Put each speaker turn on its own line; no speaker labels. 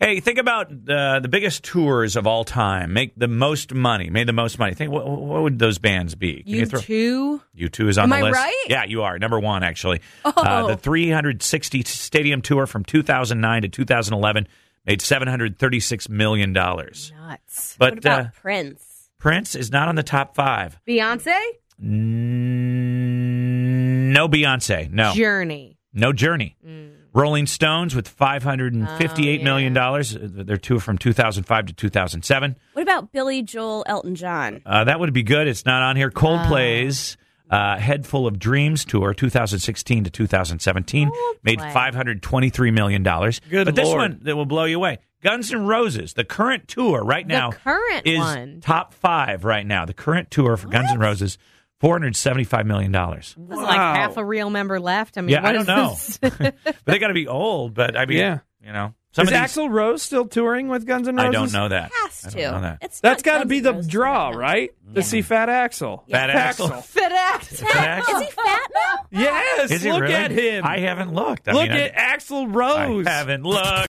Hey, think about uh, the biggest tours of all time. Make the most money. Made the most money. Think what, what would those bands be? Can
You too?
you two is on
Am
the
I
list.
right? Oh.
Yeah, you are number one actually. Uh, the 360 stadium tour from 2009 to 2011 made 736 million dollars.
Nuts.
But
what about
uh,
Prince?
Prince is not on the top five.
Beyonce?
N- No Beyonce. No.
Journey.
No Journey.
Mm.
Rolling Stones with five hundred and
Oh,
fifty-eight million dollars. They're two from two thousand five to two thousand seven.
What about Billy Joel, Elton John?
Uh, that would be good. It's not on here. Coldplay's uh, Head Full of Dreams tour, 2016 to 2017, made
Coldplay.
$523 million.
Good
but this
Lord.
one that will blow you away. Guns N' Roses, the current tour right
The
now
current
is
one.
top five right now. The current tour for Guns N' Roses, $475 million.
There's like half a real member left. I mean,
Yeah,
what
I
is
don't know.
this?
but they got to be old, but I mean,
Yeah.
you know. Some
Is
of these-
Axl Rose still touring with Guns N' Roses?
I don't know that.
Has
I
to.
don't know that.
It's
That's
not
got to be
Guns
the
N' Roses
draw,
right now.
right? To see Fat Axel.
Fat Axel.
Fit act.
Fat Axl?
Is he fat now?
Yes.
Is he
look
really?
at him.
I haven't looked. I
look
mean,
at Axel
I,
Rose.
I haven't looked.